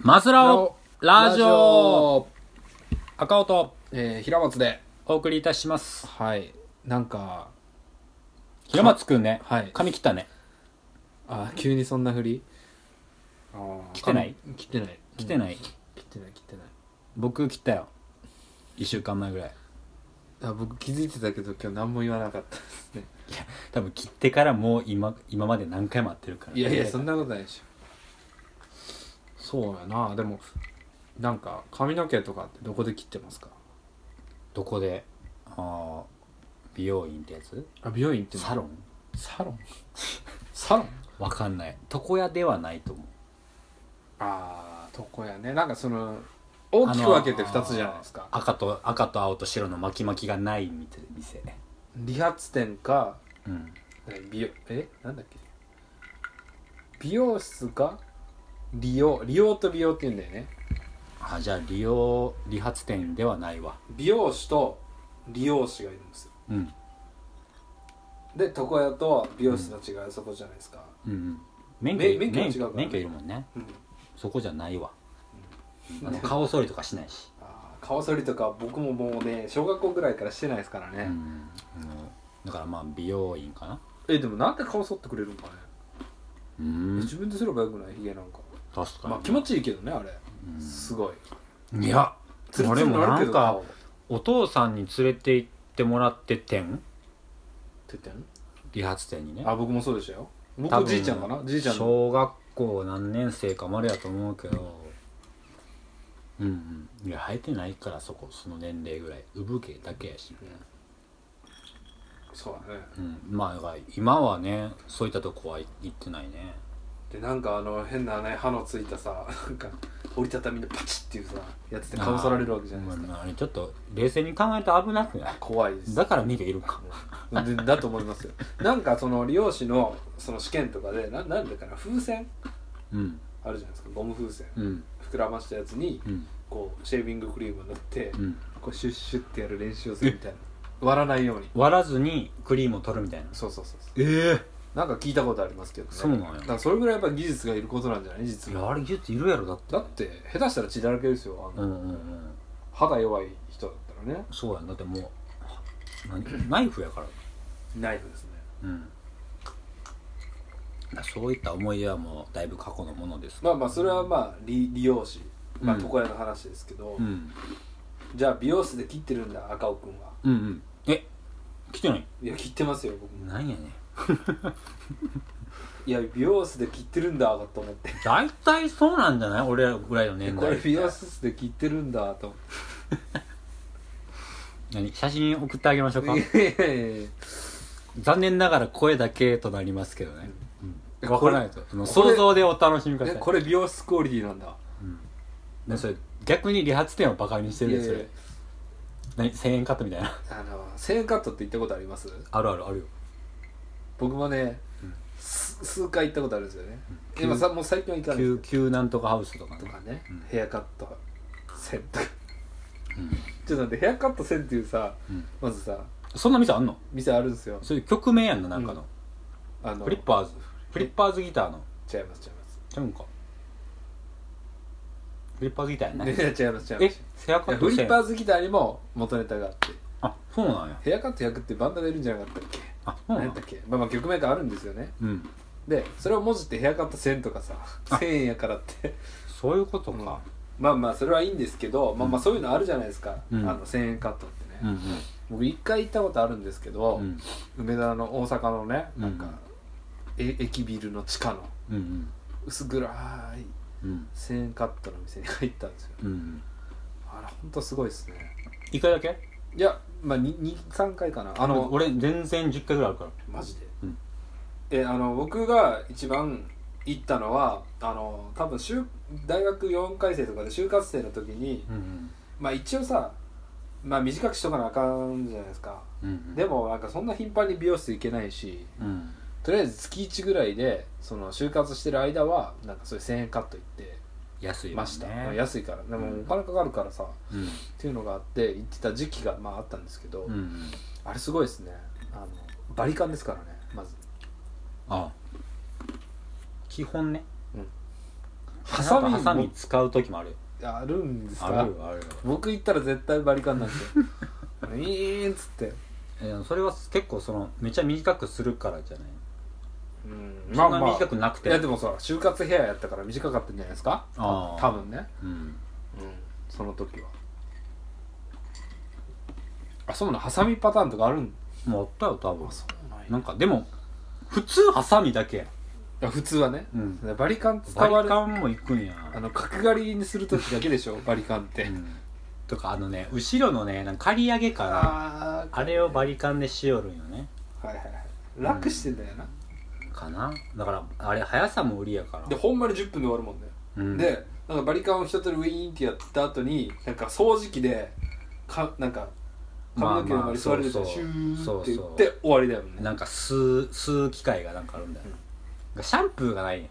マスラオラジオ赤尾とえー、平松でお送りいたしますはいなんか平松くんね、はい髪切ったねあ急にそんなふり来てない切ってない切ってない、切ってない切ってない僕切ったよ1週間前ぐらいあ僕気づいてたけど今日何も言わなかったですね多分切ってからもう今今まで何回も会ってるからいやいやそんなことないでしょそうやなでもなんか髪の毛とかってどこで切ってますかどこであー美容院ってやつあ美容院ってサロンンサロン サロンわかんない床屋ではないと思うああ床やねなんかその大きく分けて2つじゃないですかあのー赤と赤と青と白の巻き巻きがない店店ね理髪店かうん美容えなんだっけ美容室か利用利用と美容って言うんだよねあじゃあ利用理髪店ではないわ美容師と利用師がいるんですようんで床屋と美容師たちがそこじゃないですか、うんうん免許め免許は違うから免許いるもんねうんそこじゃないわ、あの顔剃りとかしないし、あー顔剃りとか僕ももうね小学校ぐらいからしてないですからうね、ん、うんだからまあ美容院かなえでもなんで顔剃ってくれるんかね、うん自分ですればよくないヒゲなんか確かに、まあ気持ちいいけどねあれ、すごいいやツルツ俺ルにもななるけんどか顔ってお父さんに連れて行ってもらって店言ってん理髪店にねあ僕もそうでしたよ多僕分じいちゃんかなじいちゃんの小学校何年生かまでやと思うけどうんうんいや生えてないからそこその年齢ぐらい産毛だけやし、そうだねうん、まあだから今はねそういったとこは行ってないねでなんかあの変なね歯のついたさなんか折りたたみのパチッっていうさやつで顔剃られるわけじゃないですかあーまああれちょっと冷静に考えると危なくない怖いですだから見ているかでだと思いますよなんかその利用師のその試験とかでななんだかな風船うんあるじゃないですかゴム風船うん膨らましたやつにうんこうシェービングクリームを塗ってうんこうシュッシュッってやる練習をするみたいな割らないように割らずにクリームを取るみたいなそうそうそうそうええなんか聞いたことありますけどねそうなんやだからそれぐらいやっぱ技術がいることなんじゃない実いはやあれ技術いるやろだってだって下手したら血だらけですよあうんのうんうん肌弱い人だったらねそうやんだってもう何ナイフやからナイフですねうんだからそういった思い出はもうだいぶ過去のものですまあまあそれはまあ理理容師、まあ、うん床屋の話ですけど、うんじゃあ美容室で切ってるんだ赤尾君はうんうんえ来てないいや切ってますよ僕もなんやねんいや美容室で切ってるんだと思って大体そうなんじゃない俺らぐらいの年代これ美容室で切ってるんだと思っ何写真送ってあげましょうかていやいやいや残念ながら声だけとなりますけどね、うん、分からないとあのこれ想像でお楽しみくださえいこれ美容室クオリティなんだねそれ逆に理髪店をバカにしてるよそいやれい何1000円カットみたいなやあの1000円カットって行ったことありますあるあるあるよ僕もね、す数回行ったことあるんですよね、今さもう最近は行かないです旧旧なんとかハウスとかとねかね、ヘアカット線とか、ちょっと待ってヘアカット線っていうさ、まずさそんな店あんの店あるんですよそういう曲名やんのなんかの、あのフリッパーズフリッパーズギターの違います違いますちゃうんかフリッパーズギターやんいねや 違います違いまえすヘアカッいやトフリッパーズズギターにも元ネタがあってあそうなんやヘアカット100ってバンドがいるんじゃなかったっけ、あそうなん何ややったっけまあまあ曲名があるんですよねうんでそれを文字ってヘアカット1000とかさ1000円やからってそういうことか、まあまあそれはいいんですけど、まあまあそういうのあるじゃないですか、うんあの1000円カットってね、うん、うん僕一回行ったことあるんですけど、うん梅田の大阪のねなんか、うんえ駅ビルの地下のうんうん薄暗いうん1000円カットの店に入ったんですようんあれほんとすごいですね一回だけいやまあ23回かなああのの俺全然10回ぐらいあるからマジで、うんえあの僕が一番行ったのはあの多分就大学4回生とかで就活生の時にうんまあ一応さまあ短くしとかなあかんじゃないですか、うんうんでもなんかそんな頻繁に美容室行けないしうんとりあえず月1ぐらいでその就活してる間はなんかそういう1000円カット行って安いました、ね安いからでもお金かかるからさ、うんっていうのがあって行ってた時期がまああったんですけど、うんうんあれすごいですねあのバリカンですからねまずああ基本ねうんハサミハサミ使う時もあるよあるんですあかるよあるよ僕行ったら絶対バリカンなんですよウィーンっつってえーそれは結構そのめちゃ短くするからじゃないうんそんな短くなくいて、やでもさ就活ヘアやったから短かったんじゃないですかあー多分ねうんうんその時はあそうなのハサミパターンとかあるんもうあったよ多分うなんなんかでも普通ハサミだけや普通はねうんバリカン使バわリれカンも行くんやあの角刈りにする時だけでしょバリカンって、うんとかあのね後ろのねなんか刈り上げからあーあれをバリカンでしよるんよねはいはいはい楽してんだよな、かなだからあれ速さも売りやからでほんまに10分で終わるもんね、うん、でなんかバリカンを一通りウィーンってやった後になんか掃除機でかなんか髪の毛の周り座れるじゃんシューって言って終わりだよねなんか吸う吸う機械がなんかあるんだよ、うんなんかシャンプーがないんや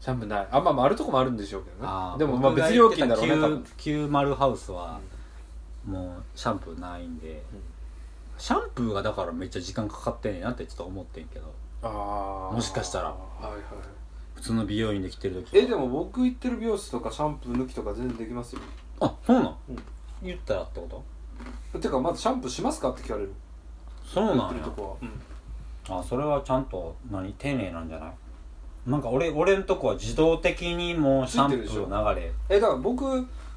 シャンプーないあまあまああるとこもあるんでしょうけどあねーでもまあ別料金だろうね僕多が行っ分てた旧90ハウスは、もうシャンプーないんで、うんシャンプーがだからめっちゃ時間かかってんねんなってちょっと思ってんけどあーもしかしたらはいはい普通の美容院で来てる時えでも僕行ってる美容室とかシャンプー抜きとか全然できますよあそうなん、うん言ったらってことてかまずシャンプーしますかって聞かれるそう行っなてんるやとこは、うんあそれはちゃんと何丁寧なんじゃないなんか俺俺んとこは自動的にもうシャンプーの流れえだから僕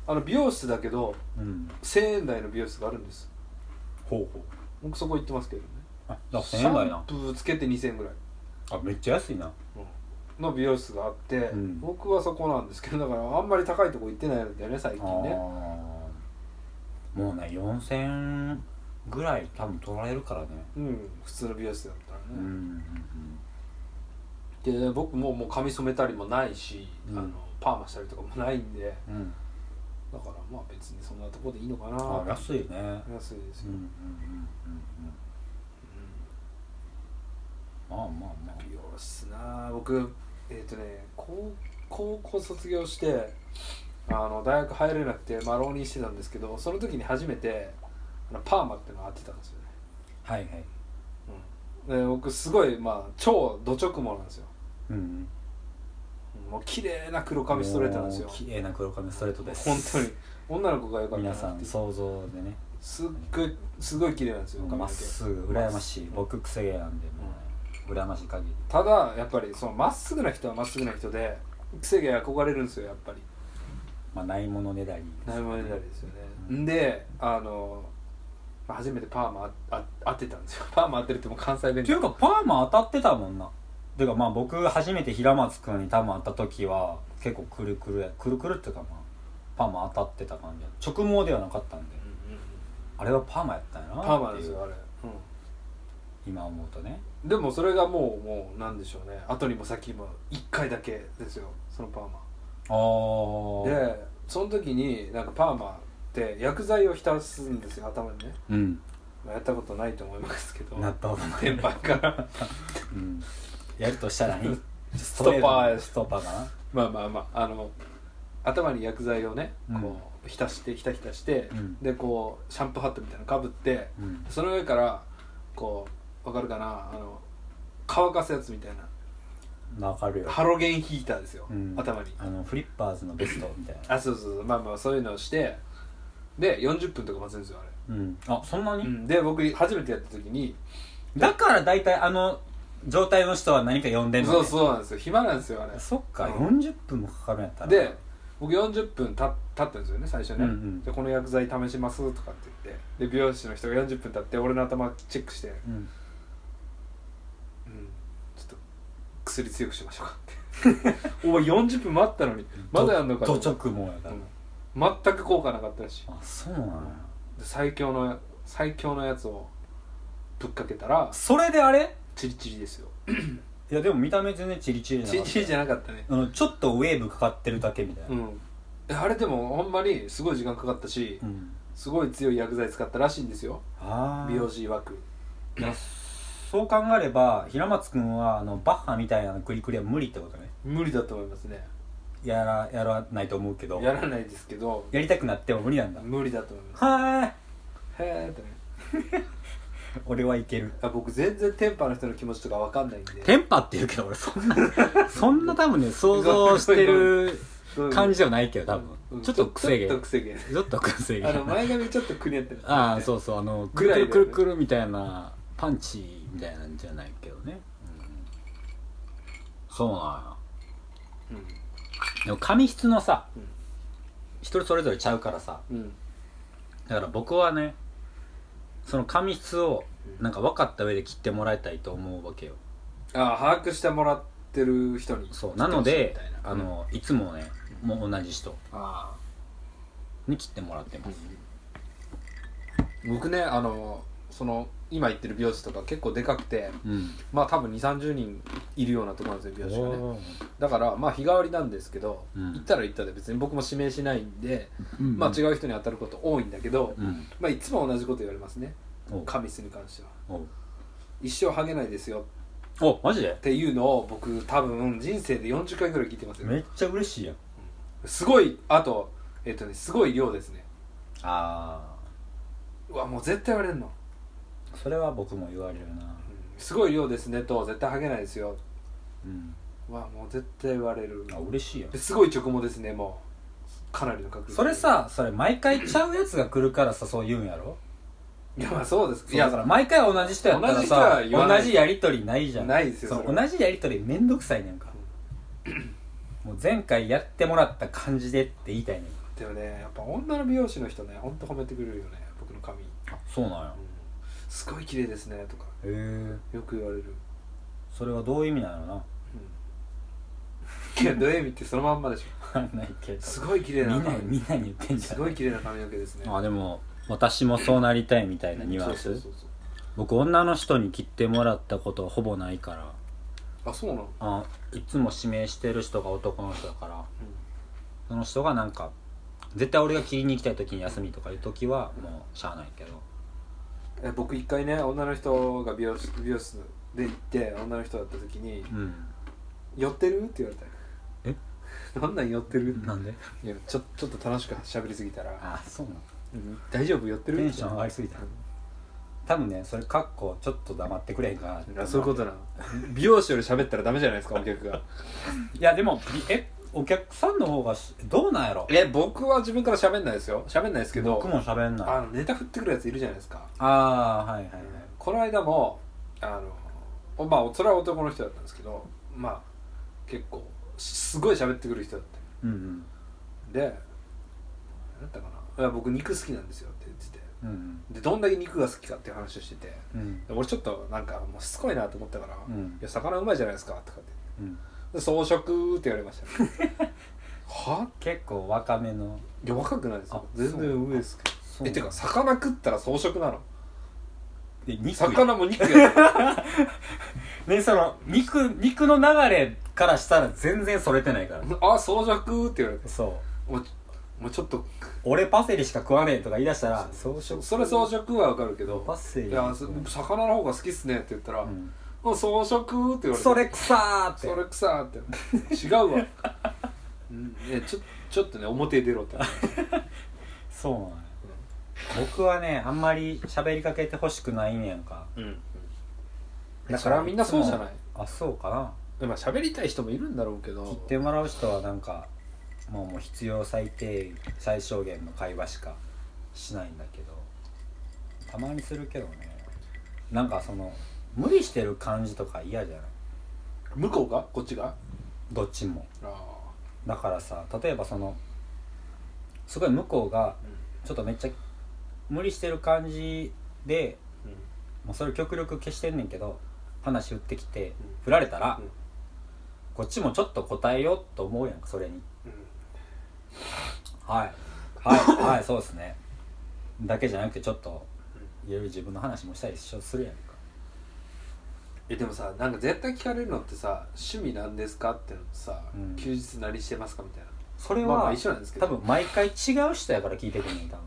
あの美容室だけどうん1000円台の美容室があるんですほうほう僕そこ行ってますけどねあだからシ1000円台ャなンプーつけて2000円ぐらいあめっちゃ安いなの美容室があって、うん僕はそこなんですけどだからあんまり高いとこ行ってないんだよね最あ近ーねもうね4000円ぐらい多分取られるからねうん普通の美容室だったらね、うんで僕ももう髪染めたりもないし、うんあのパーマしたりとかもないんでうんうん、うん、だからまあ別にそんなとこでいいのかなあ安いね安いですうんうよ、んうんうんうんうんまあまあまあ美容室な僕えっ、とね高高校卒業してあの大学入れなくてマローニしてたんですけどその時に初めてあのパーマってのを当てたんですよね、はいはいうん、で僕すごいまあ超ド直毛なんですようんもう綺麗な黒髪ストレートなんですよもう綺麗な黒髪ストレートです本当に女の子が良かったな皆っていさうん想像でねすっごいすごい綺麗なんですよ髪のまっ毛すぐ羨ましい僕くせ毛なんでもうね羨ましい限りただやっぱりそのまっすぐな人はまっすぐな人で癖毛憧れるんですよやっぱりまあないものねだりないものねだりですよね、うんん、であのまあ初めてパーマああ当てたんですよ パーマ当てるってもう関西弁っていうかパーマ当たってたもんなていうかまあ僕初めて平松君に多分会った時は結構くるくるやくるくるっていうかまあパーマ当たってた感じや直毛ではなかったんでうんうんうんあれはパーマやったんやなパーマっでてすいうよあれ、今思うとねうん、でもそれがもうもうなんでしょうね後にも先も1回だけですよそのパーマああでその時になんかパーマって薬剤を浸すんですよ頭にねうんまあやったことないと思いますけどなったことない天板から うんやるとしたら何ストッパーストッパーかなまあまあまああの頭に薬剤をねうんこう浸してひたひたして、うんでこうシャンプーハットみたいなのかぶってうんその上からこうわかるかなあの乾かすやつみたいなわかるよハロゲンヒーターですよ、うん頭にあのフリッパーズのベストみたいなあそうそうそうまあまあそういうのをしてで40分とか待つんですようあんあそんなに、れ、うん、で僕初めてやった時にだから大体あの状態の人は何か呼んでんの、ね、そうそうなんですよ暇なんですよあれそっか、うん40分もかかるんやったらで僕40分た経ったんですよね最初ね、うんうんでこの薬剤試しますとかって言ってで美容師の人が40分経って俺の頭チェックして、うん、うんちょっと薬強くしましょう かってお前40分待ったのにまだやんのかどと土直もやから、うん全く効果なかったらしいあそうなのよで最強の最強のやつをぶっかけたらそれであれチリチリですよいやでも見た目全然チリチリなチリチリじゃゃなかったねあのちょっとウェーブかかってるだけみたいなうんえあれでもほんまにすごい時間かかったしうん、すごい強い薬剤使ったらしいんですよああ美容師曰くいやそう考えれば平松君はあのバッハみたいなのクリクリは無理ってことね無理だと思いますねやらやらないと思うけどやらないですけどやりたくなっても無理なんだ無理だと思いますはへえってねーい俺はいけるあ僕全然テンパの人の気持ちとかわかんないんで テンパって言うけど俺そんなそんな多分ね想像してるどういう感じではないけど多うん分ちょっと癖毛ちょっちと癖毛ょっと癖毛あの前髪ちょっとくねってなってああそうそうあのくぐるらくいだよるねくるくるみたいなパンチみたいなんじゃないけどね、そうなんやうんでも髪質のさ、うん人それぞれちゃうからさうんだから僕はねその髪質をうんなんか分かった上で切ってもらいたいと思うわけよああ把握してもらってる人にそうなので切ってほしいみたいなあのいつもねもう同じ人あに切ってもらってます、あ僕ねあのその今行ってる美容室とか結構でかくてうんまあ多分2 3 0人いるようなところなんですよ美容師がねおーだからまあ日替わりなんですけど、うん行ったら行ったで別に僕も指名しないんで、うんまあ違う人に当たること多いんだけど、うんまあいつも同じこと言われますねおう髪質に関してはおう一生ハゲないですよおマジでっていうのを僕多分人生で40回ぐらい聞いてますよめっちゃ嬉しいやんすごいあとえっとねすごい量ですねあうわもう絶対言われるの、あそれは僕も言われるなうんすごい量ですねと絶対ハゲないですようんうわもう絶対言われるあ嬉しいやんですごい直毛ですねもうかなりの確率それさそれ毎回ちゃうやつが来るからさそう言うんやろいやまあそうですいやだから毎回同じ人やったらさ同じ人は言わな同いじやりとりないじゃんないですよそそれう同じやりとりめんどくさいねんかもう前回やってもらった感じでって言いたいねんかでもねやっぱ女の美容師の人ねほんと褒めてくれるよね僕の髪、うんそうなんやすごい綺麗ですねとかへえよく言われ る、それはどういう意味なのなうん、いやドエミってそのまんまでし分かんないけょどすごい綺麗みなんなにみんなに言ってんじゃすんごい綺麗な髪の毛ですねあでも私もそうなりたいみたいなニュアンそうスそうそう僕女の人に切ってもらったことはほぼないからあそうなの、あいつも指名してる人が男の人だからその人がなんか絶対俺が切りに行きたい時に休みとかいう時はもうしゃあないけどえ僕一回ね女の人が美容室美容室で行って女の人だった時にうん「寄ってる?」って言われたえ なんなん寄ってる?」なんでいやちょちょっと楽しく喋りすぎたらあそうなの「うん大丈夫寄ってる?」テンション上がりすぎた多分ねそれカッコちょっと黙ってくれへんかうんなあそういうことなの美容師より喋ったらダメじゃないですかお客がいやでもびえお客さんの方がしどうなんやろ え僕は自分から喋んないですよ喋んないですけど僕も喋んないああのネタ振ってくるやついるじゃないですかあーはいはいはいこの間もあのまあそれは男の人だったんですけどまあ結構すごい喋ってくる人だったうんうんで何だったかな「いや僕肉好きなんですよ」って言っててうんでどんだけ肉が好きかっていう話をしててうんで俺ちょっとなんかもうしつこいなと思ったから「ういんや魚うまいじゃないですか」とかってうんで「草食」って言われました、ね、 は結構若めのいや若くないですよあ全そ然う上ですけどそうえてか魚食ったら草食なので肉魚も肉や ねその肉肉の流れからしたら全然それてないからあ草食って言われてそうもうもうちょっと俺パセリしか食わねえとか言い出したら装飾それ草食はわかるけどパセリいやそ魚の方が好きっすねって言ったら「うんもう草食」って言われてそれくさーってそれくさーって違う わ、うん、いやちょちょっとね表へ出ろってそうなんや僕はねあんまり喋りかけてほしくないねやんかうんだそれはみんなそうじゃないいつもあそうかなまあ喋りたい人もいるんだろうけど切ってもらう人はなんかもうもう必要最低最小限の会話しかしないんだけどたまにするけどねなんかその無理してる感じとか嫌じゃない向こうがこっちがどっちもああだからさ例えばそのすごい向こうがちょっとめっちゃ無理してる感じでうんうんもうそれ極力消してんねんけど話振ってきて振られたら、うんこっちもちょっと答えようと思うやんかそれにはいはいはいそうですねだけじゃなくてちょっといろいろ自分の話もしたりしょするやんかえでもさなんか絶対聞かれるのってさ趣味なんですかってのとさ、うん休日何してますかみたいなそれまあまはあ一緒なんですけど多分毎回違う人やから聞いてくんねん多分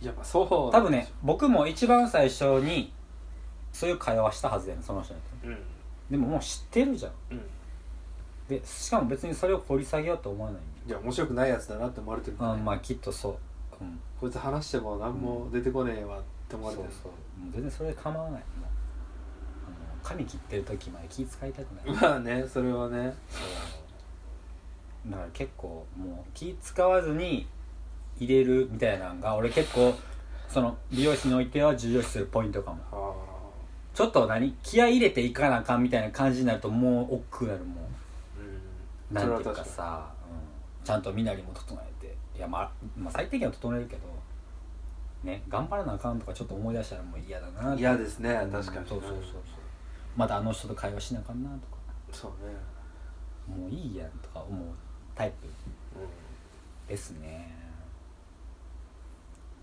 いやまあそう多分ね僕も一番最初にそういう会話したはずやねんその人にうんうんでももう知ってるじゃんでしかも別にそれを掘り下げようと思わないいや面白くないやつだなって思われてるんだねあまあきっとそう、うん、こいつ話しても何も出てこねえわって思そわうれそてうるもう全然それで構わないもうあの髪切ってる時まで気使いたくないまあねそれはねそうだから結構もう気使わずに入れるみたいなのが俺結構その美容師においては重要視するポイントかもああちょっと何気合い入れていかなあかんみたいな感じになるともう億劫なるもうんんなんそれていはう確かかにさ、うん、ちゃんと身なりも整えていやまあ、まあ、最低限は整えるけどね頑張らなあかんとかちょっと思い出したらもう嫌だなって嫌ですねうん確かにそうそうそうそうまだあの人と会話しなあかんなとかそうねもういいやんとか思うタイプうですね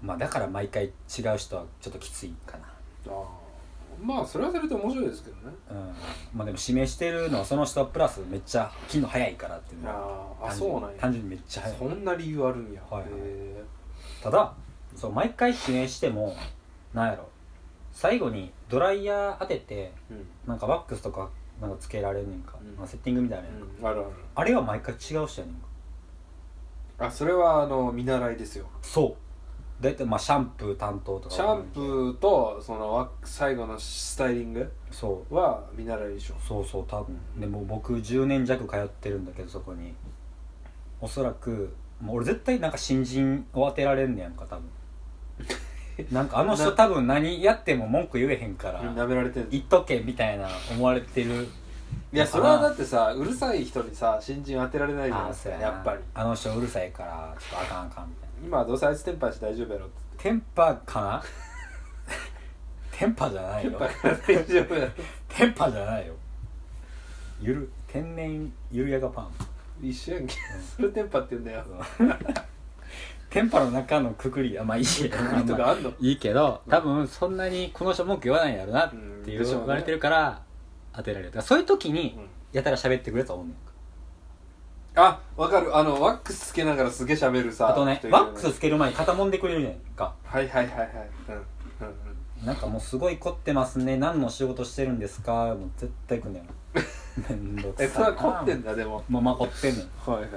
まあだから毎回違う人はちょっときついかな、んああまあそれはそれで面白いですけどねうん、まあでも指名してるのはその人プラスめっちゃ機能早いからっていうのはあああ単純そうなんや単純にめっちゃ早いそんな理由あるんやはいはいへただそう毎回指名してもなんやろ最後にドライヤー当ててえうんなんかワックスとかなんかつけられんねんか、うんまあセッティングみたいなやんか、うんあるあるあれは毎回違う人やねんかあそれはあの見習いですよそう大体まあシャンプー担当とかシャンプーとそのワック最後のスタイリングそうは見習いでしょそうそう多分でもう僕10年弱通ってるんだけどそこにおそらくもう俺絶対なんか新人を当てられんねやんか 多分なんかあの人な多分何やっても文句言えへんから舐められてるい言っとけみたいな思われてるやそれはだってさうるさい人にさ新人当てられないじゃないですかなやっぱりあの人うるさいからちょっとあかんあかんみたいな今どうせあいつテンパイして大丈夫やろっつってテンパか なテンパじゃないテンよパイから大丈夫や ろテンパじゃないよゆる天然ゆるやがパン一緒やんけそれテンパって言うんだよテンパの中のくくりあまあいいやグリと かあんのいいけど多分そんなにこの人文句言わないんやろなっていうんでしょううね言われてるから当てられるだからそういう時にうんやたら喋ってくれたおんねんかあわかるあのワックスつけながらすげえ喋るさあとね人いるよワックスつける前に肩もんでくれるやんかはいはいはいはいうんうんうんなんかもうすごい凝ってますね何の仕事してるんですかもう絶対来んねん めんどくえそれさはい凝ってんだだでもまあまあ凝ってんねんいはいはい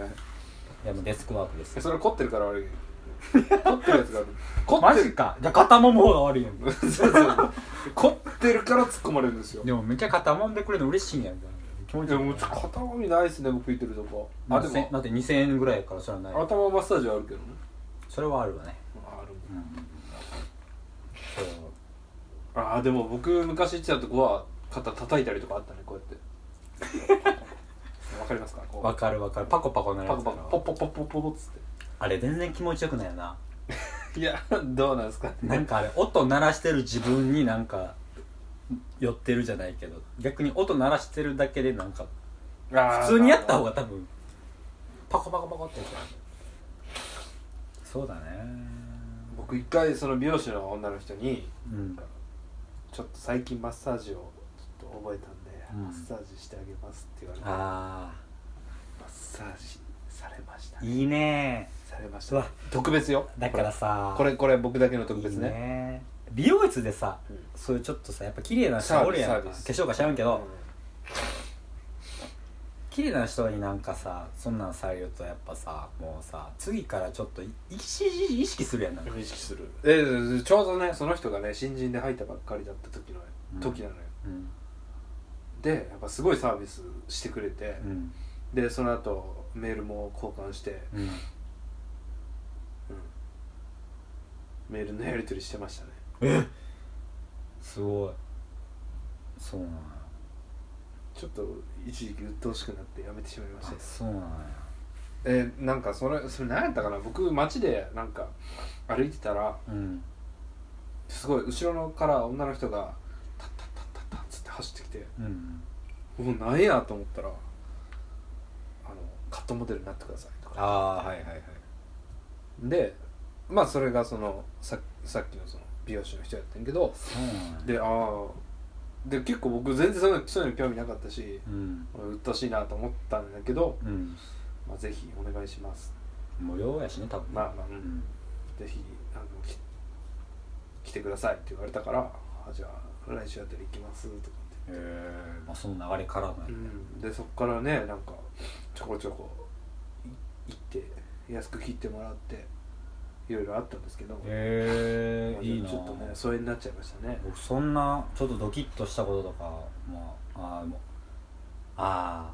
やもうデスクワークですえよそれ凝ってるから悪い凝ってるやつがある凝 マってジるかじゃあ肩もんの方が悪いやんか そうそう凝ってるから突っ込まれるんですよでもめっちゃ肩もんでくれるの嬉しいんやんか気持ちでよもうくちょっと片髪ないですね僕言ってるとこああででももだって2000円ぐらいやからそれはない頭マッサージはあるけどねそれはあるわねあるうんそうあーでも僕昔行ってたとこは肩叩いたりとかあったねこう やってわかりますかこうわかるわかるパコパコなるやパコつだパコろポッポッポッポッポッポッつっあれ全然気持ちよくないよなていやどうなんですかなんかあれ音鳴らしてる自分になんか寄ってるじゃないけど逆に音鳴らしてるだけでなんか普普通にやった方がが多分パコパコパコってやつなんだよそうだね僕一回その美容師の女の人にうんちょっと最近マッサージをちょっと覚えたんで、うんマッサージしてあげますって言われてマッあサージされましたあいいねされましうたわ特別よだからさこれこれ僕だけの特いい別ねね美容室でさうんそういうちょっとさやっぱ綺麗な人おるやんサかー化ビス粧かしらんけうど、ん綺麗な人になんかさそんなんされるとやっぱさもうさ次からちょっとい意識意識するやんなんか意識するええちょうどねその人がね新人で入ったばっかりだった時の、うん時なのようんでやっぱすごいサービスしてくれてう、んでその後メールも交換して、うんうんメールのやり取りしてましたねすごいそうなんやちょっと一時期鬱陶しくなってやめてしまいましあたそうなんやえーなんかそれそれ何やったかな僕街でなんか歩いてたらうんすごい後ろのから女の人がタッタッタッタッタッつって走ってきてうんうおなんやと思ったらあのカットモデルになってくださいとかああーはいはいはいでまあそれがそのささっきのその美容師の人やってんけどそうなんやでああで結構僕全然そういうのそういうの興味なかったしうん鬱陶しいなと思ったんだけど、うんまあ、ぜひお願いします無料やしね多分まあまあ、う、うんんぜひあのき来てくださいって言われたからあじゃあ来週あたり行きますとかへえまあその流れからのやって、うん、でそっからねなんかちょこちょこい行って安く切ってもらっていろいろあったんですけど、へまあえいいなちょっとね疎遠になっちゃいましたね 僕そんなちょっとドキッとしたこととかまああーでもあ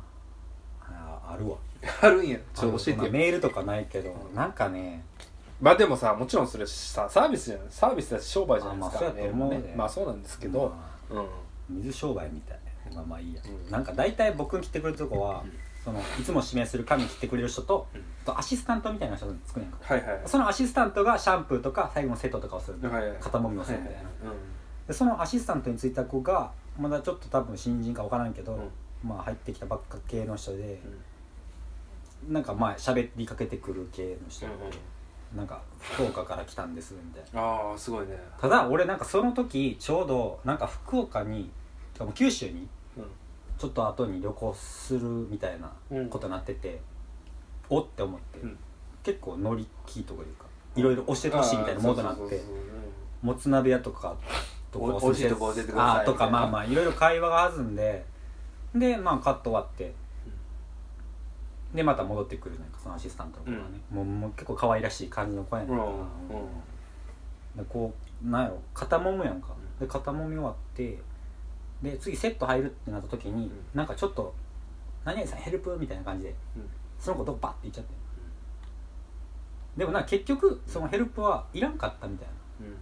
ーあーあるわあるんやちちょょっっとと教えてよメールとかないけどなんかねまあでもさもちろんそれさサービスじゃないサービスだし商売じゃないですかあまあそうやと思うねメールもねまあそうなんですけど、うん水商売みたいなまあまあいいや、うんなんか大体僕に来てくれるとこは、うんそのいつも指名する紙切ってくれる人と,、うんとアシスタントみたいな人につくねんかはいはいそのアシスタントがシャンプーとか最後のセットとかをするの、はいはい肩もみをするみたいな、うでそのアシスタントについた子がまだちょっと多分新人か分からんけど、うんまあ入ってきたばっか系の人でん、なんかまあ喋りかけてくる系の人、うんうんなんか福岡から来たんですみたいなああすごいねただ俺なんかその時ちょうどなんか福岡にてかもう九州にうちょっと後に旅行するみたいなことになってて、おって思って、うん結構乗り気とかいうかんいろいろ押してほしいみたいなモードになあっーそうてそうそうそううんもつ鍋屋とかとおおすすめ美味しいとこ教えてくださいあーとかみたいなまあまあいろいろ会話が弾んででまあカット終わってでまた戻ってくるなんかそのアシスタントの子がね、もうもう結構可愛らしい感じの子やねんから、うんうんでこうなんやろ肩もむやんかで肩もみ終わってで次セット入るってなった時に、んなんかちょっと「何々さんヘルプ」みたいな感じで、うんその子どっバッて行っちゃって、でもなんか結局そのヘルプはいらんかったみたいな、うん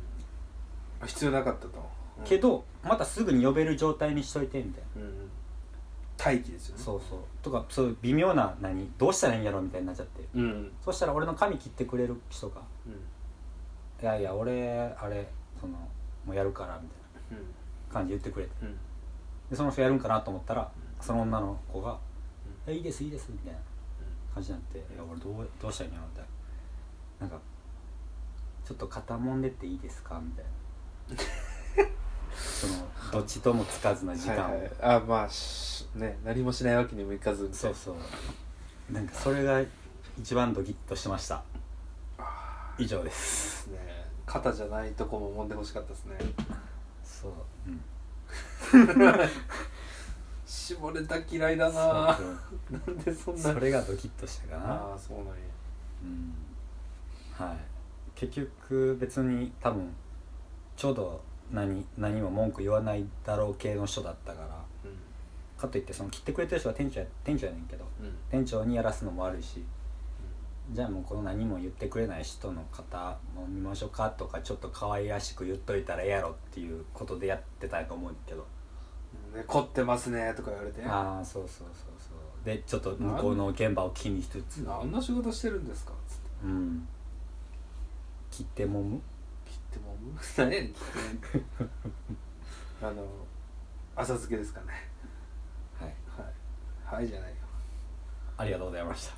必要なかったと、うんけどまたすぐに呼べる状態にしといてみたいな、うんうん待機ですよねそうそうとかそういう微妙な何どうしたらいいんやろみたいになっちゃってうんうんそしたら俺の髪切ってくれる人が「いやいや俺あれそのもうやるから」みたいなうん感じで言ってくれてうんでその人やるんかなと思ったらその女の子が「えいいですいいです」みたいな感じになって「いや俺どうどうしたらいいの?」みたいななんか「ちょっと肩もんでっていいですか?」みたいな そのどっちともつかずな時間を、はいはい、あまあしね何もしないわけにもいかずみたいなそうそうなんかそれが一番ドキッとしました以上ですですね肩じゃないとこも揉んでほしかったですねそう、うん、絞れた嫌いだなそうなんでそんなそれがドキッとしたかなああそうなんやうんはい、結局別に多分ちょうど何何も文句言わないだろう系の人だったからうかといってその切ってくれてる人は店長や店長やねんけどんうん店長にやらすのも悪いしじゃあもうこの何も言ってくれない人の方も見ましょうかとかちょっと可愛らしく言っといたらええやろっていうことでやってたと思うんだけどね、凝ってますねとか言われてあああそうそうそうそうでちょっと向こうの現場を気にしつつんな仕事してるんですかつってうん切ってもむ切ってもむ何やねん切ってもむあの浅漬けですかねはいはいはいじゃないよありがとうございました